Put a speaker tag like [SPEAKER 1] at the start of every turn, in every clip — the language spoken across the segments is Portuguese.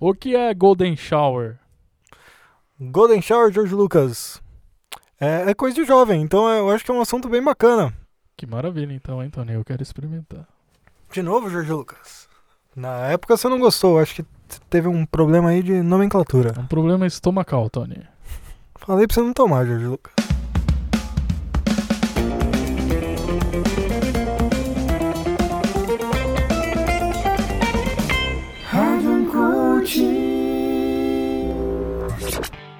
[SPEAKER 1] O que é Golden Shower?
[SPEAKER 2] Golden Shower, George Lucas. É, é coisa de jovem, então eu acho que é um assunto bem bacana.
[SPEAKER 1] Que maravilha, então, hein, Tony? Eu quero experimentar.
[SPEAKER 2] De novo, George Lucas. Na época você não gostou, acho que teve um problema aí de nomenclatura.
[SPEAKER 1] É um problema estomacal, Tony.
[SPEAKER 2] Falei pra você não tomar, George Lucas.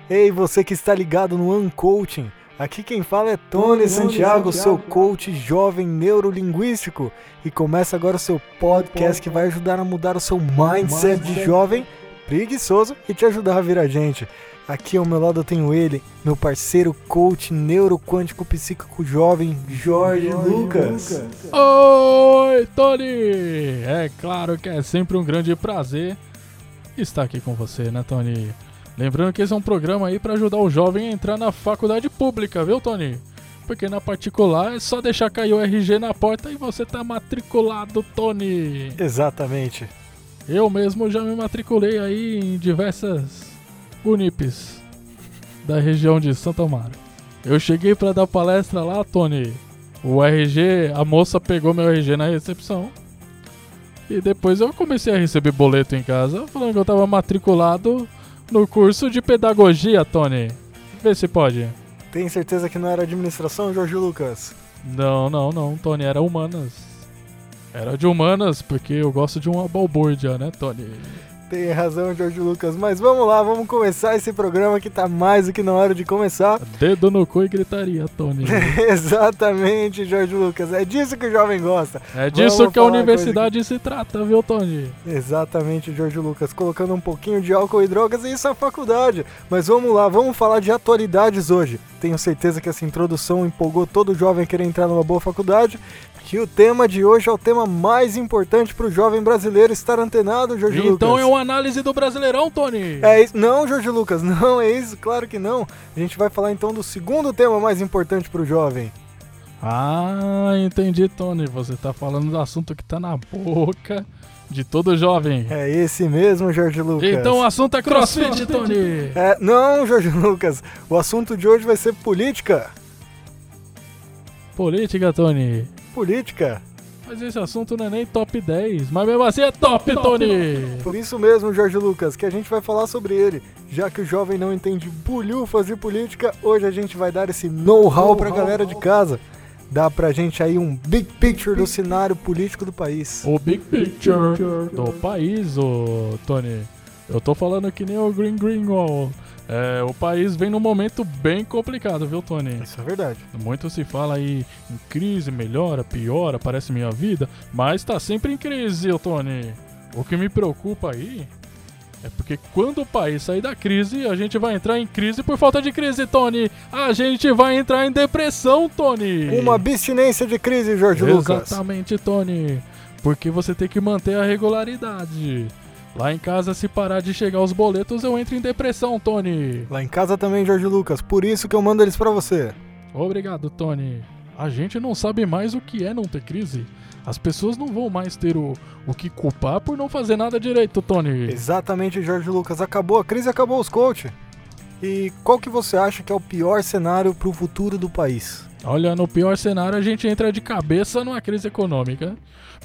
[SPEAKER 2] Ei, você que está ligado no Uncoaching. Aqui quem fala é Tony Santiago, seu coach jovem neurolinguístico. E começa agora o seu podcast que vai ajudar a mudar o seu mindset de jovem preguiçoso e te ajudar a virar gente. Aqui ao meu lado eu tenho ele, meu parceiro coach neuroquântico psíquico jovem, Jorge Lucas.
[SPEAKER 1] Oi, Tony! É claro que é sempre um grande prazer estar aqui com você, né, Tony? Lembrando que esse é um programa aí para ajudar o jovem a entrar na faculdade pública, viu, Tony? Porque na particular é só deixar cair o RG na porta e você tá matriculado, Tony.
[SPEAKER 2] Exatamente.
[SPEAKER 1] Eu mesmo já me matriculei aí em diversas Unipes da região de Santa Mara. Eu cheguei para dar palestra lá, Tony. O RG, a moça pegou meu RG na recepção. E depois eu comecei a receber boleto em casa falando que eu tava matriculado no curso de pedagogia, Tony. Vê se pode.
[SPEAKER 2] Tem certeza que não era administração, Jorge Lucas?
[SPEAKER 1] Não, não, não, Tony, era humanas. Era de humanas, porque eu gosto de uma balbúrdia, né, Tony?
[SPEAKER 2] Tem razão, Jorge Lucas, mas vamos lá, vamos começar esse programa que tá mais do que na hora de começar.
[SPEAKER 1] Dedo no cu e gritaria, Tony.
[SPEAKER 2] Exatamente, Jorge Lucas, é disso que o jovem gosta.
[SPEAKER 1] É disso
[SPEAKER 2] Vamos
[SPEAKER 1] que a
[SPEAKER 2] falar uma
[SPEAKER 1] universidade se trata, viu, Tony?
[SPEAKER 2] Exatamente, Jorge Lucas, colocando um pouquinho de álcool e drogas e isso é faculdade. Mas vamos lá, vamos falar de atualidades hoje. Tenho certeza que essa introdução empolgou todo jovem a querer entrar numa boa faculdade. E o tema de hoje é o tema mais importante para o jovem brasileiro estar antenado, Jorge Lucas.
[SPEAKER 1] Então é uma análise do Brasileirão, Tony.
[SPEAKER 2] É isso. Não, Jorge Lucas, não é isso, claro que não. A gente vai falar então do segundo tema mais importante para o jovem.
[SPEAKER 1] Ah, entendi, Tony. Você tá falando do assunto que tá na boca de todo jovem.
[SPEAKER 2] É esse mesmo, Jorge Lucas.
[SPEAKER 1] Então o assunto é crossfit, Tony.
[SPEAKER 2] É, não, Jorge Lucas, o assunto de hoje vai ser política.
[SPEAKER 1] Política, Tony.
[SPEAKER 2] Política.
[SPEAKER 1] Mas esse assunto não é nem top 10, mas mesmo assim é top, Tony.
[SPEAKER 2] Por isso mesmo, Jorge Lucas, que a gente vai falar sobre ele. Já que o jovem não entende bulhufas de política, hoje a gente vai dar esse know-how pra galera de casa. Dá pra gente aí um big picture do cenário político do país.
[SPEAKER 1] O big picture do país, ô, Tony. Eu tô falando que nem o Green Greenwald. É, o país vem num momento bem complicado, viu, Tony?
[SPEAKER 2] Isso é verdade.
[SPEAKER 1] Muito se fala aí em crise, melhora, piora, parece minha vida, mas tá sempre em crise, ô, Tony. O que me preocupa aí é porque quando o país sair da crise, a gente vai entrar em crise por falta de crise, Tony. A gente vai entrar em depressão, Tony.
[SPEAKER 2] Uma abstinência de crise, Jorge Lucas.
[SPEAKER 1] Exatamente, Tony. Porque você tem que manter a regularidade. Lá em casa, se parar de chegar os boletos, eu entro em depressão, Tony.
[SPEAKER 2] Lá em casa também, Jorge Lucas. Por isso que eu mando eles pra você.
[SPEAKER 1] Obrigado, Tony. A gente não sabe mais o que é não ter crise. As pessoas não vão mais ter o, o que culpar por não fazer nada direito, Tony.
[SPEAKER 2] Exatamente, Jorge Lucas. Acabou a crise, acabou os coach. E qual que você acha que é o pior cenário pro futuro do país?
[SPEAKER 1] Olha, no pior cenário, a gente entra de cabeça numa crise econômica,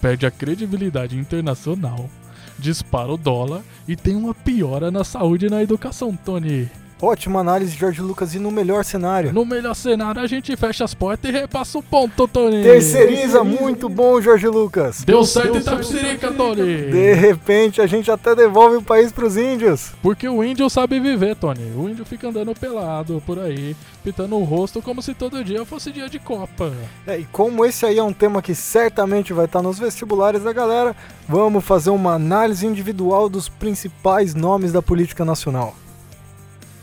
[SPEAKER 1] perde a credibilidade internacional, dispara o dólar e tem uma piora na saúde e na educação, Tony.
[SPEAKER 2] Ótima análise, Jorge Lucas. E no melhor cenário?
[SPEAKER 1] No melhor cenário, a gente fecha as portas e repassa o ponto, Tony.
[SPEAKER 2] Terceiriza, muito bom, Jorge Lucas.
[SPEAKER 1] Deu certo em Tapsirica, Tony.
[SPEAKER 2] De repente a gente até devolve o país pros índios.
[SPEAKER 1] Porque o índio sabe viver, Tony. O índio fica andando pelado por aí, pintando o rosto como se todo dia fosse dia de Copa.
[SPEAKER 2] É, e como esse aí é um tema que certamente vai estar nos vestibulares da galera, vamos fazer uma análise individual dos principais nomes da política nacional.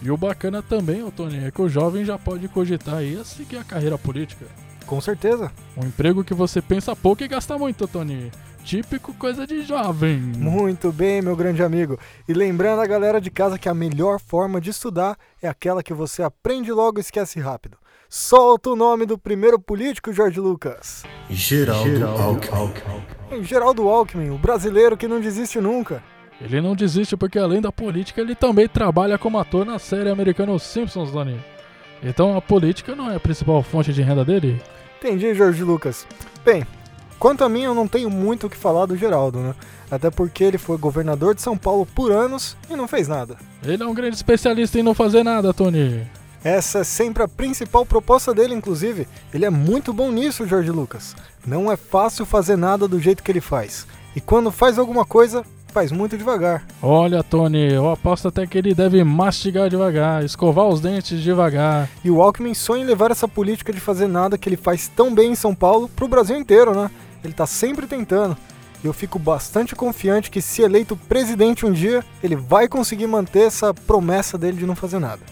[SPEAKER 1] E o bacana também, ô Tony, é que o jovem já pode cogitar aí a seguir a carreira política.
[SPEAKER 2] Com certeza.
[SPEAKER 1] Um emprego que você pensa pouco e gasta muito, Tony. Típico coisa de jovem.
[SPEAKER 2] Muito bem, meu grande amigo. E lembrando a galera de casa que a melhor forma de estudar é aquela que você aprende logo e esquece rápido. Solta o nome do primeiro político, Jorge Lucas.
[SPEAKER 3] Geraldo, Alckmin.
[SPEAKER 2] Geraldo Alckmin, o brasileiro que não desiste nunca.
[SPEAKER 1] Ele não desiste porque, além da política, ele também trabalha como ator na série americana Os Simpsons, Doni. Então a política não é a principal fonte de renda dele?
[SPEAKER 2] Entendi, Jorge Lucas. Bem, quanto a mim, eu não tenho muito o que falar do Geraldo, né? Até porque ele foi governador de São Paulo por anos e não fez nada.
[SPEAKER 1] Ele é um grande especialista em não fazer nada, Tony.
[SPEAKER 2] Essa é sempre a principal proposta dele, inclusive. Ele é muito bom nisso, Jorge Lucas. Não é fácil fazer nada do jeito que ele faz. E quando faz alguma coisa, faz muito devagar.
[SPEAKER 1] Olha, Tony, eu aposto até que ele deve mastigar devagar, escovar os dentes devagar.
[SPEAKER 2] E o Alckmin sonha em levar essa política de fazer nada que ele faz tão bem em São Paulo pro Brasil inteiro, né? Ele tá sempre tentando. Eu fico bastante confiante que, se eleito presidente um dia, ele vai conseguir manter essa promessa dele de não fazer nada.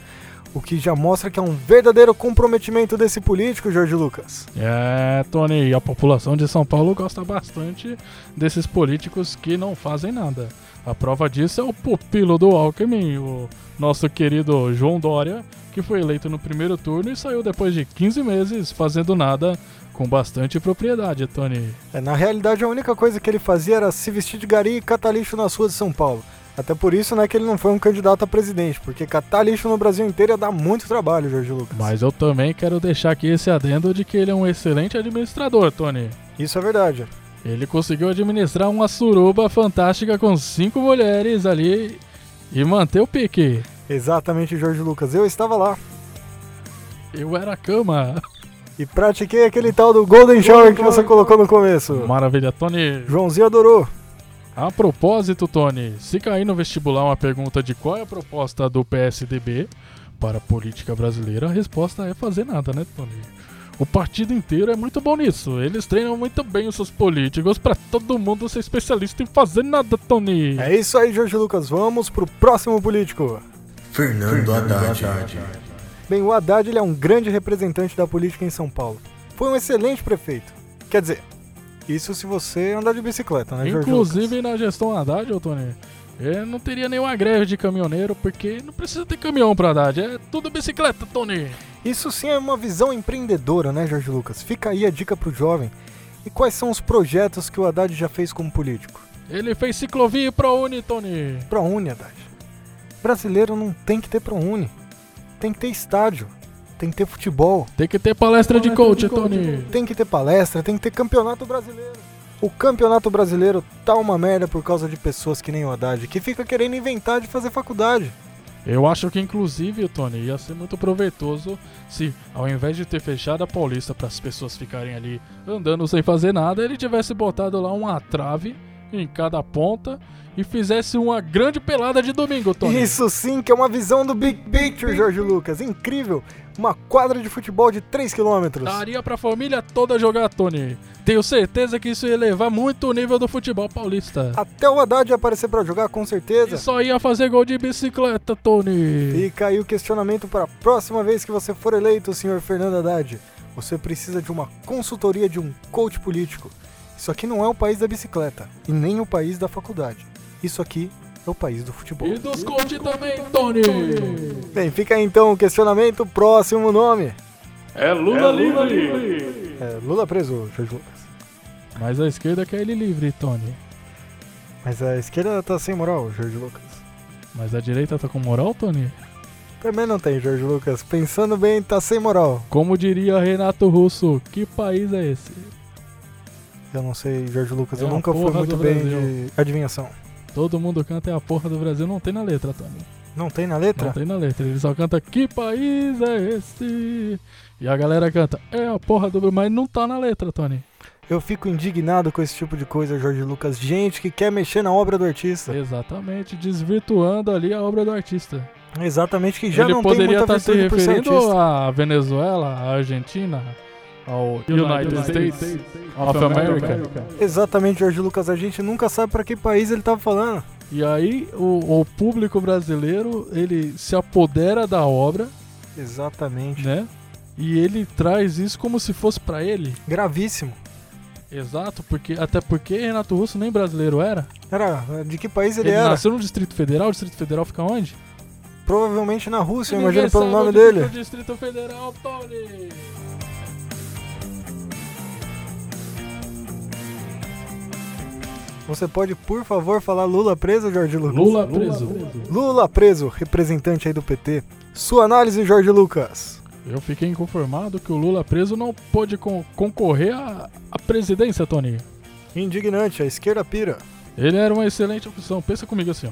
[SPEAKER 2] O que já mostra que é um verdadeiro comprometimento desse político, Jorge Lucas.
[SPEAKER 1] É, Tony, a população de São Paulo gosta bastante desses políticos que não fazem nada. A prova disso é o pupilo do Alckmin, o nosso querido João Dória, que foi eleito no primeiro turno e saiu depois de 15 meses fazendo nada com bastante propriedade, Tony.
[SPEAKER 2] É, na realidade, a única coisa que ele fazia era se vestir de gari e catar lixo nas ruas de São Paulo. Até por isso, né, que ele não foi um candidato a presidente, porque catar lixo no Brasil inteiro ia dar muito trabalho, Jorge Lucas.
[SPEAKER 1] Mas eu também quero deixar aqui esse adendo de que ele é um excelente administrador, Tony.
[SPEAKER 2] Isso é verdade.
[SPEAKER 1] Ele conseguiu administrar uma suruba fantástica com cinco mulheres ali e manter o pique.
[SPEAKER 2] Exatamente, Jorge Lucas. Eu estava lá.
[SPEAKER 1] Eu era a cama.
[SPEAKER 2] E pratiquei aquele tal do Golden Shower que você colocou no começo.
[SPEAKER 1] Maravilha, Tony.
[SPEAKER 2] Joãozinho adorou.
[SPEAKER 1] A propósito, Tony, se cair no vestibular uma pergunta de qual é a proposta do PSDB para a política brasileira, a resposta é fazer nada, né, Tony? O partido inteiro é muito bom nisso. Eles treinam muito bem os seus políticos para todo mundo ser especialista em fazer nada, Tony.
[SPEAKER 2] É isso aí, Jorge Lucas. Vamos pro próximo político.
[SPEAKER 3] Fernando Haddad.
[SPEAKER 2] Bem, o Haddad ele é um grande representante da política em São Paulo. Foi um excelente prefeito. Quer dizer, isso se você andar de bicicleta, né, Jorge
[SPEAKER 1] Inclusive na gestão Haddad, ô Tony, eu não teria nenhuma greve de caminhoneiro, porque não precisa ter caminhão pra Haddad, é tudo bicicleta, Tony.
[SPEAKER 2] Isso sim é uma visão empreendedora, né, Jorge Lucas? Fica aí a dica pro jovem. E quais são os projetos que o Haddad já fez como político?
[SPEAKER 1] Ele fez ciclovia e ProUni, Tony.
[SPEAKER 2] ProUni, Haddad. Brasileiro não tem que ter ProUni. Tem que ter estádio. Tem que ter futebol.
[SPEAKER 1] Tem que ter palestra de coach, Tony.
[SPEAKER 2] Tem que ter palestra, tem que ter campeonato brasileiro. O campeonato brasileiro tá uma merda por causa de pessoas que nem o Haddad, que fica querendo inventar de fazer faculdade.
[SPEAKER 1] Eu acho que, inclusive, Tony, ia ser muito proveitoso se, ao invés de ter fechado a Paulista para as pessoas ficarem ali andando sem fazer nada, ele tivesse botado lá uma trave em cada ponta e fizesse uma grande pelada de domingo, Tony.
[SPEAKER 2] Isso sim que é uma visão do Big Picture, Jorge Lucas. Incrível. Uma quadra de futebol de 3 km.
[SPEAKER 1] Daria pra família toda jogar, Tony. Tenho certeza que isso ia elevar muito o nível do futebol paulista.
[SPEAKER 2] Até o Haddad ia aparecer pra jogar, com certeza.
[SPEAKER 1] E só ia fazer gol de bicicleta, Tony.
[SPEAKER 2] Fica aí o questionamento para a próxima vez que você for eleito, senhor Fernando Haddad. Você precisa de uma consultoria de um coach político. Isso aqui não é o país da bicicleta e nem o país da faculdade. Isso aqui é o país do futebol.
[SPEAKER 1] E dos coach também, Tony!
[SPEAKER 2] Bem, fica aí então o questionamento. Próximo nome:
[SPEAKER 4] É Lula, livre.
[SPEAKER 2] é Lula preso, Jorge Lucas.
[SPEAKER 1] Mas a esquerda quer ele livre, Tony.
[SPEAKER 2] Mas a esquerda tá sem moral, Jorge Lucas.
[SPEAKER 1] Mas a direita tá com moral, Tony?
[SPEAKER 2] Também não tem, Jorge Lucas. Pensando bem, tá sem moral.
[SPEAKER 1] Como diria Renato Russo, que país é esse?
[SPEAKER 2] Eu não sei, Jorge Lucas.
[SPEAKER 1] É
[SPEAKER 2] eu
[SPEAKER 1] uma
[SPEAKER 2] nunca fui
[SPEAKER 1] porra
[SPEAKER 2] muito
[SPEAKER 1] do
[SPEAKER 2] bem
[SPEAKER 1] Brasil.
[SPEAKER 2] de adivinhação.
[SPEAKER 1] Todo mundo canta é a porra do Brasil, não tem na letra, Tony.
[SPEAKER 2] Não tem na
[SPEAKER 1] Não
[SPEAKER 2] letra?
[SPEAKER 1] tem na letra, ele só canta que país é esse? E a galera canta, é a porra do Brasil, mas não tá na letra, Tony.
[SPEAKER 2] Eu fico indignado com esse tipo de coisa, Jorge Lucas. Gente que quer mexer na obra do artista.
[SPEAKER 1] Exatamente, desvirtuando ali a obra do artista.
[SPEAKER 2] Exatamente, que já
[SPEAKER 1] ele
[SPEAKER 2] não tem
[SPEAKER 1] poderia
[SPEAKER 2] muita
[SPEAKER 1] estar se
[SPEAKER 2] virtude por ser
[SPEAKER 1] referindo
[SPEAKER 2] artista.
[SPEAKER 1] à Venezuela, à Argentina, ao United, States, of America.
[SPEAKER 2] Exatamente, Jorge Lucas. A gente nunca sabe pra que país ele tá falando.
[SPEAKER 1] E aí o, o público brasileiro, ele se apodera da obra,
[SPEAKER 2] Exatamente.
[SPEAKER 1] né? E ele traz isso como se fosse pra ele.
[SPEAKER 2] Gravíssimo.
[SPEAKER 1] Exato, porque até porque Renato Russo nem brasileiro era.
[SPEAKER 2] Era, de que país ele,
[SPEAKER 1] Ele,
[SPEAKER 2] era?
[SPEAKER 1] nasceu no Distrito Federal, o Distrito Federal fica onde?
[SPEAKER 2] Provavelmente na Rússia, eu
[SPEAKER 1] Ninguém
[SPEAKER 2] imagino pelo
[SPEAKER 1] sabe
[SPEAKER 2] nome
[SPEAKER 1] onde fica
[SPEAKER 2] dele.
[SPEAKER 1] O Distrito Federal, Tony.
[SPEAKER 2] Você pode, por favor, falar Lula preso, Jorge Lucas?
[SPEAKER 1] Lula preso.
[SPEAKER 2] Lula preso, representante aí do PT. Sua análise, Jorge Lucas.
[SPEAKER 1] Eu fiquei inconformado que o Lula preso não pôde con- concorrer à, à presidência, Tony.
[SPEAKER 2] Indignante, a esquerda pira.
[SPEAKER 1] Ele era uma excelente opção. Pensa comigo assim, ó.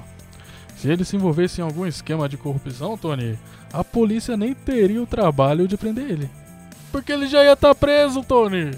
[SPEAKER 1] Se ele se envolvesse em algum esquema de corrupção, Tony, a polícia nem teria o trabalho de prender ele. Porque ele já ia estar preso, Tony.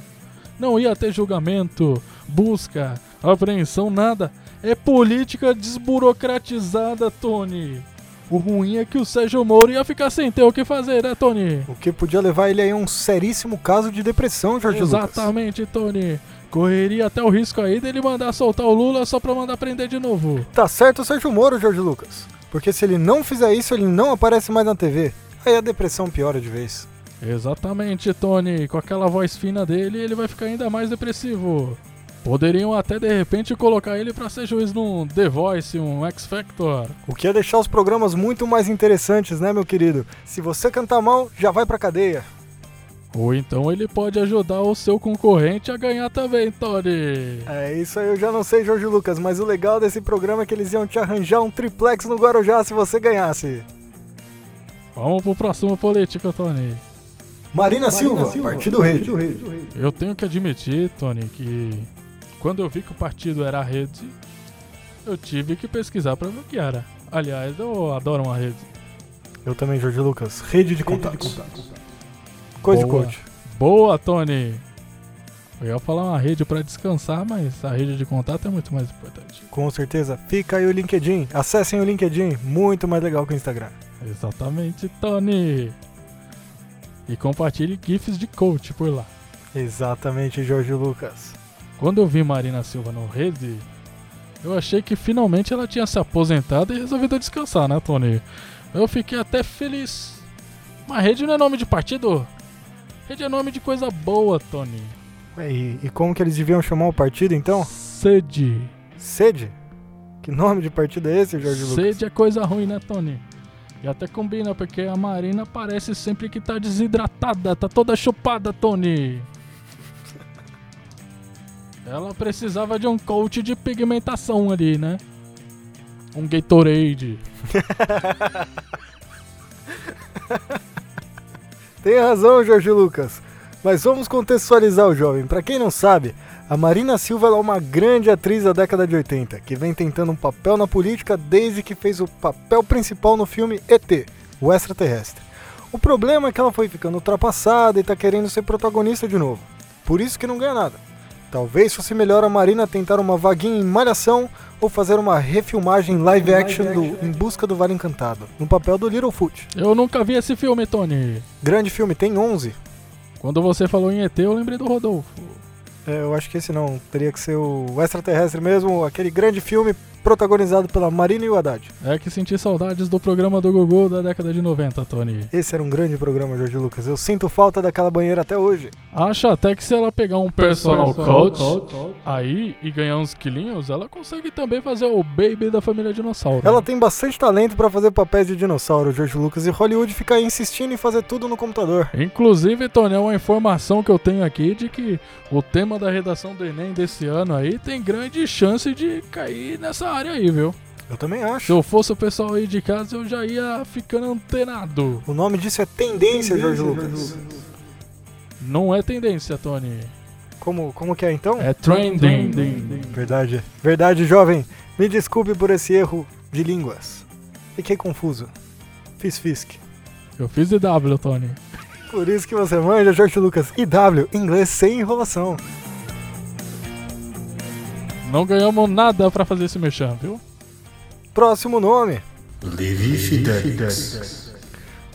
[SPEAKER 1] Não ia ter julgamento, busca, apreensão, nada. É política desburocratizada, Tony. O ruim é que o Sérgio Moro ia ficar sem ter o que fazer, né, Tony?
[SPEAKER 2] O que podia levar ele aí a um seríssimo caso de depressão, Jorge Lucas.
[SPEAKER 1] Exatamente, Tony. Correria até o risco aí dele mandar soltar o Lula só pra mandar prender de novo.
[SPEAKER 2] Tá certo o Sérgio Moro, Jorge Lucas. Porque se ele não fizer isso, ele não aparece mais na TV. Aí a depressão piora de vez.
[SPEAKER 1] Exatamente, Tony. Com aquela voz fina dele, ele vai ficar ainda mais depressivo. Poderiam até de repente colocar ele pra ser juiz num The Voice, um X Factor.
[SPEAKER 2] O que ia deixar os programas muito mais interessantes, né, meu querido? Se você cantar mal, já vai pra cadeia.
[SPEAKER 1] Ou então ele pode ajudar o seu concorrente a ganhar também, Tony.
[SPEAKER 2] É isso aí, eu já não sei, Jorge Lucas, mas o legal desse programa é que eles iam te arranjar um triplex no Guarujá se você ganhasse.
[SPEAKER 1] Vamos pro próximo político, Tony.
[SPEAKER 2] Marina, Silva, Partido Rede.
[SPEAKER 1] Eu tenho que admitir, Tony, que quando eu vi que o partido era a rede, eu tive que pesquisar pra ver o que era. Aliás, eu adoro uma rede.
[SPEAKER 2] Eu também, Jorge Lucas. Rede de contatos. Coisa de
[SPEAKER 1] Boa.
[SPEAKER 2] coach.
[SPEAKER 1] Boa, Tony! Eu ia falar uma rede pra descansar, mas a rede de contato é muito mais importante.
[SPEAKER 2] Com certeza. Fica aí o LinkedIn. Acessem o LinkedIn. Muito mais legal que o Instagram.
[SPEAKER 1] Exatamente, Tony! E compartilhe GIFs de coach por lá.
[SPEAKER 2] Exatamente, Jorge Lucas.
[SPEAKER 1] Quando eu vi Marina Silva no rede, eu achei que finalmente ela tinha se aposentado e resolvido descansar, né, Tony? Eu fiquei até feliz. Mas rede não é nome de partido? Rede é nome de coisa boa, Tony.
[SPEAKER 2] E, e como que eles deviam chamar o partido, então?
[SPEAKER 1] Sede.
[SPEAKER 2] Sede? Que nome de partido é esse, Jorge Lucas?
[SPEAKER 1] Sede é coisa ruim, né, Tony? E até combina, porque a Marina parece sempre que tá desidratada, tá toda chupada, Tony. Ela precisava de um coach de pigmentação ali, né? Um Gatorade.
[SPEAKER 2] Tem razão, Jorge Lucas. Mas vamos contextualizar o jovem. Pra quem não sabe, a Marina Silva ela é uma grande atriz da década de 80, que vem tentando um papel na política desde que fez o papel principal no filme ET, o extraterrestre. O problema é que ela foi ficando ultrapassada e tá querendo ser protagonista de novo. Por isso que não ganha nada. Talvez fosse melhor a Marina tentar uma vaguinha em Malhação ou fazer uma refilmagem live action do Em Busca do Vale Encantado, no papel do Littlefoot.
[SPEAKER 1] Eu nunca vi esse filme, Tony.
[SPEAKER 2] Grande filme, tem 11,
[SPEAKER 1] Quando você falou em ET, eu lembrei do Rodolfo.
[SPEAKER 2] É, eu acho que esse não. Teria que ser o Extraterrestre mesmo, aquele grande filme protagonizado pela Marina e o Haddad.
[SPEAKER 1] É que senti saudades do programa do Gugu da década de 90, Tony.
[SPEAKER 2] Esse era um grande programa, Jorge Lucas. Eu sinto falta daquela banheira até hoje.
[SPEAKER 1] Acho até que se ela pegar um personal, coach, aí e ganhar uns quilinhos, ela consegue também fazer o baby da família dinossauro.
[SPEAKER 2] Ela tem bastante talento pra fazer papéis de dinossauro, Jorge Lucas, e Hollywood fica aí insistindo em fazer tudo no computador.
[SPEAKER 1] Inclusive, Tony, é uma informação que eu tenho aqui de que o tema da redação do Enem desse ano aí tem grande chance de cair nessa área aí, viu?
[SPEAKER 2] Eu também
[SPEAKER 1] Se
[SPEAKER 2] acho.
[SPEAKER 1] eu fosse o pessoal aí de casa, eu já ia ficando antenado.
[SPEAKER 2] O nome disso é tendência, Jorge Lucas.
[SPEAKER 1] Não é tendência, Tony.
[SPEAKER 2] Como, como que é então?
[SPEAKER 1] É trending.
[SPEAKER 2] Verdade. Verdade, jovem. Me desculpe por esse erro de línguas. Fiquei confuso. Fiz fisque.
[SPEAKER 1] Eu fiz IW, Tony.
[SPEAKER 2] Por isso que você manja, Jorge Lucas. IW, inglês sem enrolação.
[SPEAKER 1] Não ganhamos nada pra fazer esse mexão, viu?
[SPEAKER 2] Próximo nome.
[SPEAKER 3] Levi Fidelix.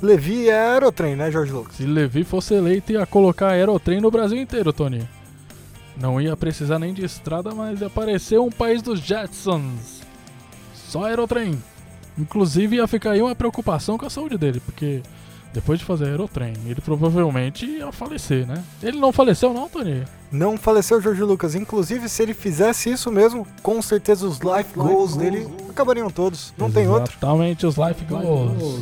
[SPEAKER 2] Levi é aerotrem, né, Jorge Lucas?
[SPEAKER 1] Se Levi fosse eleito, ia colocar aerotrem no Brasil inteiro, Tony. Não ia precisar nem de estrada, mas ia aparecer um país dos Jetsons. Só aerotrem. Inclusive ia ficar aí uma preocupação com a saúde dele, porque depois de fazer aerotrem, ele provavelmente ia falecer, né? Ele não faleceu não, Tony?
[SPEAKER 2] Não faleceu Jorge Lucas. Inclusive, se ele fizesse isso mesmo, com certeza os life goals dele acabariam todos. Não tem outro.
[SPEAKER 1] Exatamente, os life goals.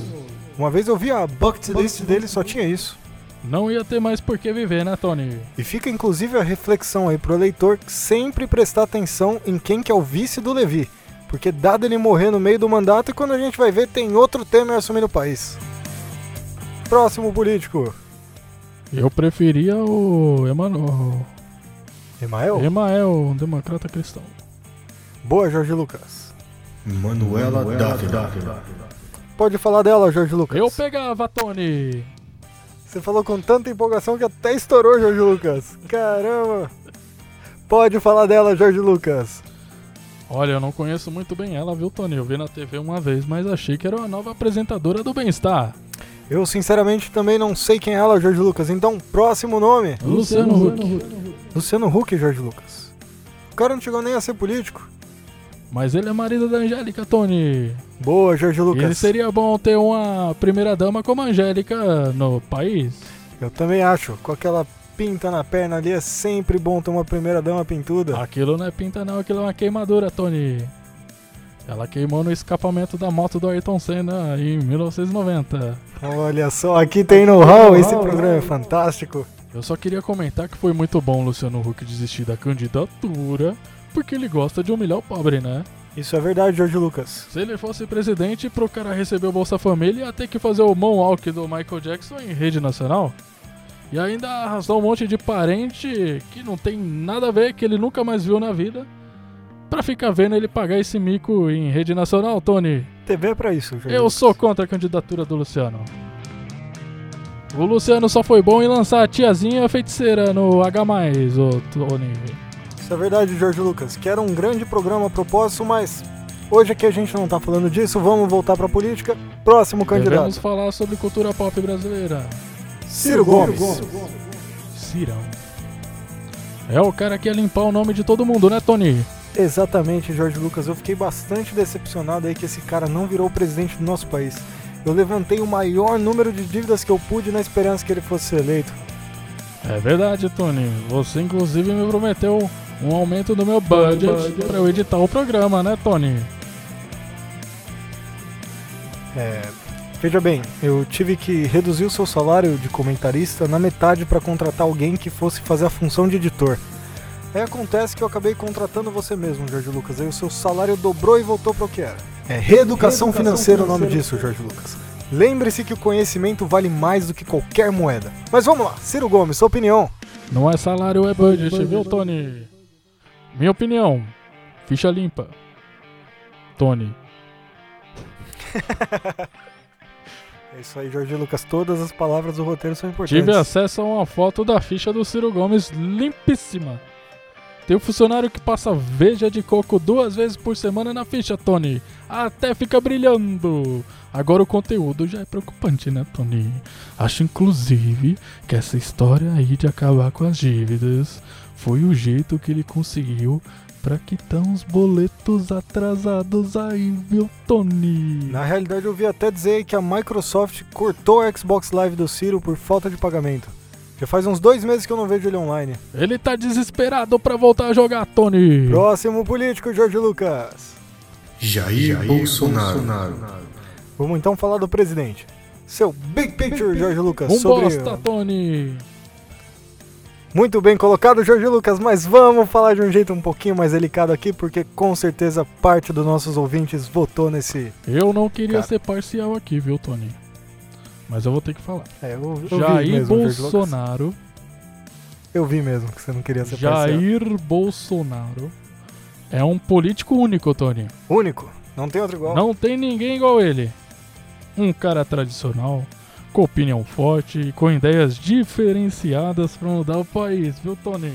[SPEAKER 2] Uma vez eu vi a bucket list dele, só tinha isso.
[SPEAKER 1] Não ia ter mais por que viver, né, Tony?
[SPEAKER 2] E fica inclusive a reflexão aí pro leitor sempre prestar atenção em quem que é o vice do Levi, porque dado ele morrer no meio do mandato, e quando a gente vai ver tem outro Temer assumindo o país. Próximo político,
[SPEAKER 1] Eu preferia o Emanuel.
[SPEAKER 2] Emael.
[SPEAKER 1] Emael, um democrata cristão.
[SPEAKER 2] Boa, Jorge Lucas.
[SPEAKER 3] Manuela Dávila.
[SPEAKER 2] Pode falar dela, Jorge Lucas.
[SPEAKER 1] Eu pegava, Tony!
[SPEAKER 2] Você falou com tanta empolgação que até estourou, Jorge Lucas. Caramba. Pode falar dela, Jorge Lucas.
[SPEAKER 1] Olha, eu não conheço muito bem ela, viu, Tony? Eu vi na TV uma vez, mas achei que era a nova apresentadora do Bem-Estar.
[SPEAKER 2] Eu sinceramente também não sei quem é ela, Jorge Lucas. Então, próximo nome.
[SPEAKER 1] Luciano Huck.
[SPEAKER 2] Luciano Huck, Jorge Lucas. O cara não chegou nem a ser político.
[SPEAKER 1] Mas ele é marido da Angélica, Tony.
[SPEAKER 2] Boa, Jorge
[SPEAKER 1] E Ele
[SPEAKER 2] Lucas.
[SPEAKER 1] seria bom ter uma primeira-dama como a Angélica no país.
[SPEAKER 2] Eu também acho. Com aquela pinta na perna ali é sempre bom ter uma primeira dama pintuda.
[SPEAKER 1] Aquilo não é pinta não, aquilo é uma queimadura, Tony. Ela queimou no escapamento da moto do Ayrton Senna em 1990.
[SPEAKER 2] Olha só, aqui tem know-how. Esse programa é fantástico.
[SPEAKER 1] Eu só queria comentar que foi muito bom o Luciano Huck desistir da candidatura, porque ele gosta de humilhar o pobre, né?
[SPEAKER 2] Isso é verdade, Jorge Lucas.
[SPEAKER 1] Se ele fosse presidente, pro cara receber o Bolsa Família, ia ter que fazer o moonwalk do Michael Jackson em rede nacional. E ainda arrastar um monte de parente que não tem nada a ver, que ele nunca mais viu na vida, pra ficar vendo ele pagar esse mico em rede nacional, Tony.
[SPEAKER 2] TV é pra isso, Jorge
[SPEAKER 1] Eu
[SPEAKER 2] Lucas.
[SPEAKER 1] sou contra a candidatura do Luciano. O Luciano só foi bom em lançar a tiazinha feiticeira no H+, ô Tony.
[SPEAKER 2] Isso é verdade, Jorge Lucas, que era um grande programa proposto, mas hoje aqui a gente não tá falando disso, vamos voltar pra política. Próximo candidato,
[SPEAKER 1] Devemos falar sobre cultura pop brasileira.
[SPEAKER 2] Ciro Gomes.
[SPEAKER 1] Cirão. É o cara que ia limpar o nome de todo mundo, né, Tony?
[SPEAKER 2] Exatamente, Jorge Lucas, eu fiquei bastante decepcionado aí que esse cara não virou o presidente do nosso país. Eu levantei o maior número de dívidas que eu pude na esperança que ele fosse eleito.
[SPEAKER 1] É verdade, Tony. Você, inclusive, me prometeu um aumento do meu budget pra eu editar o programa, né, Tony?
[SPEAKER 2] É, veja bem, eu tive que reduzir o seu salário de comentarista na metade para contratar alguém que fosse fazer a função de editor. Aí acontece que eu acabei contratando você mesmo, Jorge Lucas. Aí o seu salário dobrou e voltou para o que era. É reeducação, financeira é o nome disso, Jorge Lucas. Lembre-se que o conhecimento vale mais do que qualquer moeda. Mas vamos lá, Ciro Gomes, sua opinião.
[SPEAKER 1] Não é salário, é budget, viu, Tony? Minha opinião. Ficha limpa. Tony.
[SPEAKER 2] É isso aí, Jorge Lucas. Todas as palavras do roteiro são importantes.
[SPEAKER 1] Tive acesso a uma foto da ficha do Ciro Gomes limpíssima. Tem um funcionário que passa veja de coco duas vezes por semana na ficha, Tony. Até fica brilhando. Agora o conteúdo já é preocupante, né, Tony? Acho inclusive que essa história aí de acabar com as dívidas foi o jeito que ele conseguiu pra quitar uns boletos atrasados aí, viu, Tony?
[SPEAKER 2] Na realidade, eu ouvi até dizer que a Microsoft cortou a Xbox Live do Ciro por falta de pagamento. Já faz uns dois meses que eu não vejo ele online.
[SPEAKER 1] Ele tá desesperado pra voltar a jogar, Tony.
[SPEAKER 2] Próximo político, Jorge Lucas.
[SPEAKER 3] Jair, Bolsonaro.
[SPEAKER 2] Vamos então falar do presidente. Seu Big Picture, Jorge Lucas.
[SPEAKER 1] Um
[SPEAKER 2] sobre...
[SPEAKER 1] bosta, Tony.
[SPEAKER 2] Muito bem colocado, Jorge Lucas, mas vamos falar de um jeito um pouquinho mais delicado aqui, porque com certeza parte dos nossos ouvintes votou nesse.
[SPEAKER 1] Eu não queria
[SPEAKER 2] Cara.
[SPEAKER 1] ser parcial aqui, viu, Tony? Mas eu vou ter que falar.
[SPEAKER 2] É, eu, eu vi
[SPEAKER 1] Jair
[SPEAKER 2] mesmo, Jorge Lucas.
[SPEAKER 1] Bolsonaro.
[SPEAKER 2] Eu vi mesmo que você não queria ser parceiro.
[SPEAKER 1] Jair Bolsonaro é um político único, Tony.
[SPEAKER 2] Único. Não tem outro igual.
[SPEAKER 1] Não tem ninguém igual ele. Um cara tradicional, com opinião forte e com ideias diferenciadas pra mudar o país, viu, Tony?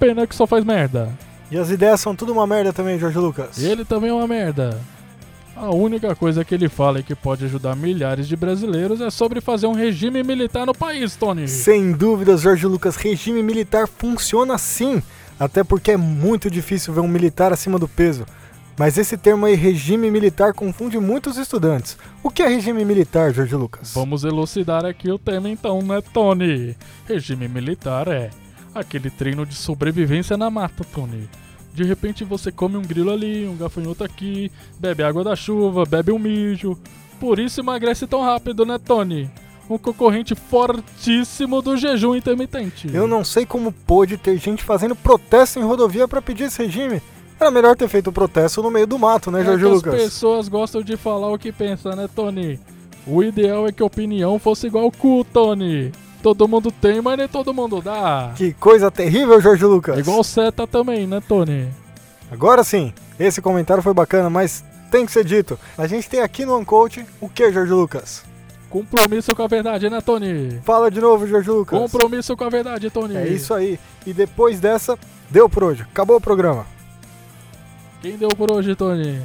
[SPEAKER 1] Pena que só faz merda.
[SPEAKER 2] E as ideias são tudo uma merda também, Jorge Lucas.
[SPEAKER 1] E Ele também é uma merda. A única coisa que ele fala e que pode ajudar milhares de brasileiros é sobre fazer um regime militar no país, Tony.
[SPEAKER 2] Sem dúvidas, Jorge Lucas, regime militar funciona sim, até porque é muito difícil ver um militar acima do peso. Mas esse termo aí, regime militar, confunde muitos estudantes. O que é regime militar, Jorge Lucas?
[SPEAKER 1] Vamos elucidar aqui o tema então, né, Tony? Regime militar é aquele treino de sobrevivência na mata, Tony. De repente você come um grilo ali, um gafanhoto aqui, bebe água da chuva, bebe um mijo. Por isso emagrece tão rápido, né, Tony? um concorrente fortíssimo do jejum intermitente.
[SPEAKER 2] Eu não sei como pôde ter gente fazendo protesto em rodovia pra pedir esse regime. Era melhor ter feito o protesto no meio do mato, né,
[SPEAKER 1] É
[SPEAKER 2] Jorge
[SPEAKER 1] que
[SPEAKER 2] Lucas?
[SPEAKER 1] As pessoas gostam de falar o que pensa, né, Tony? O ideal é que a opinião fosse igual o cu, Tony. Todo mundo tem, mas nem todo mundo dá.
[SPEAKER 2] Que coisa terrível, Jorge Lucas.
[SPEAKER 1] É igual seta também, né, Tony?
[SPEAKER 2] Agora sim, esse comentário foi bacana, mas tem que ser dito. A gente tem aqui no Uncoach o que, Jorge Lucas?
[SPEAKER 1] Compromisso com a verdade, né, Tony?
[SPEAKER 2] Fala de novo, Jorge Lucas.
[SPEAKER 1] Compromisso com a verdade, Tony.
[SPEAKER 2] É isso aí. E depois dessa, deu por hoje. Acabou o programa.
[SPEAKER 1] Quem deu por hoje, Tony?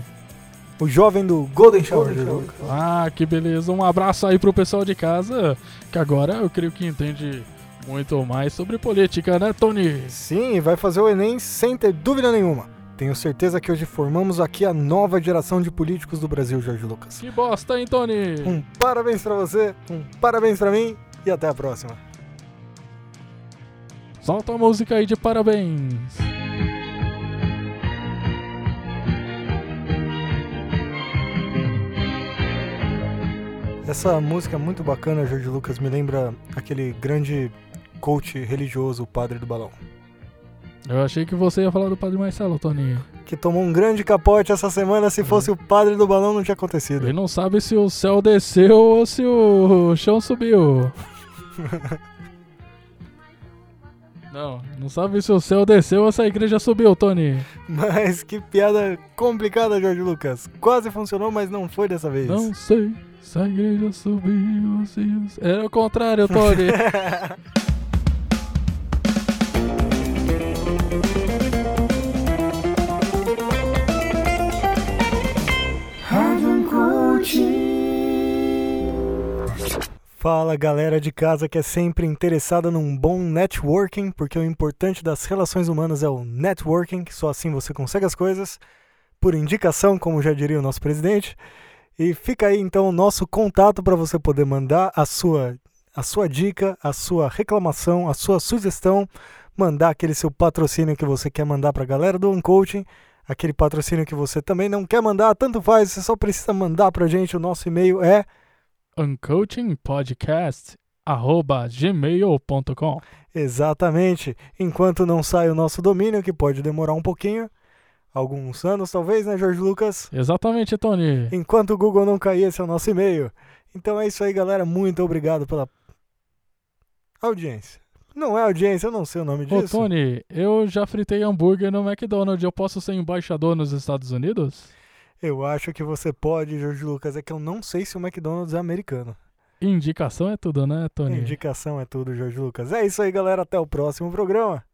[SPEAKER 2] O jovem do Golden Shower, Jorge Lucas.
[SPEAKER 1] Ah, que beleza. Um abraço aí pro pessoal de casa, que agora eu creio que entende muito mais sobre política, né, Tony?
[SPEAKER 2] Sim, vai fazer o Enem sem ter dúvida nenhuma. Tenho certeza que hoje formamos aqui a nova geração de políticos do Brasil, Jorge Lucas.
[SPEAKER 1] Que bosta, hein, Tony?
[SPEAKER 2] Um parabéns pra você, um parabéns pra mim e até a próxima.
[SPEAKER 1] Solta a música aí de parabéns.
[SPEAKER 2] Essa música é muito bacana, Jorge Lucas, me lembra aquele grande coach religioso, o Padre do Balão,
[SPEAKER 1] Eu achei que você ia falar do Padre Marcelo, Tony.
[SPEAKER 2] que tomou um grande capote essa semana, se fosse o Padre do Balão não tinha acontecido.
[SPEAKER 1] Ele não sabe se o céu desceu ou se o chão subiu. Não, não sabe se o céu desceu ou se a igreja subiu, Tony.
[SPEAKER 2] Mas que piada complicada, Jorge Lucas. Quase funcionou, mas não foi dessa vez.
[SPEAKER 1] Não sei se a igreja subiu ou se... o- Era o contrário, Tony.
[SPEAKER 2] Fala galera de casa que é sempre interessada num bom networking, porque o importante das relações humanas é o networking, que só assim você consegue as coisas, por indicação, como já diria o nosso presidente. E fica aí então o nosso contato para você poder mandar a sua a sua dica, a sua reclamação, a sua sugestão, mandar aquele seu patrocínio que você quer mandar para a galera do Uncoaching, aquele patrocínio que você também não quer mandar, tanto faz, você só precisa mandar pra gente, o nosso e-mail é
[SPEAKER 1] uncoachingpodcast.gmail.com
[SPEAKER 2] Exatamente. Enquanto não sai o nosso domínio, que pode demorar um pouquinho, alguns anos talvez, né, Jorge Lucas?
[SPEAKER 1] Exatamente, Tony.
[SPEAKER 2] Enquanto o Google não cair, esse é o nosso e-mail. Então é isso aí, galera. Muito obrigado pela audiência. Não é audiência, eu não sei o nome
[SPEAKER 1] Ô,
[SPEAKER 2] disso.
[SPEAKER 1] Tony, eu já fritei hambúrguer no McDonald's. Eu posso ser embaixador nos Estados Unidos?
[SPEAKER 2] Eu acho que você pode, Jorge Lucas. É que eu não sei se o McDonald's é americano.
[SPEAKER 1] Indicação é tudo, né, Tony?
[SPEAKER 2] Indicação é tudo, Jorge Lucas. É isso aí, galera. Até o próximo programa.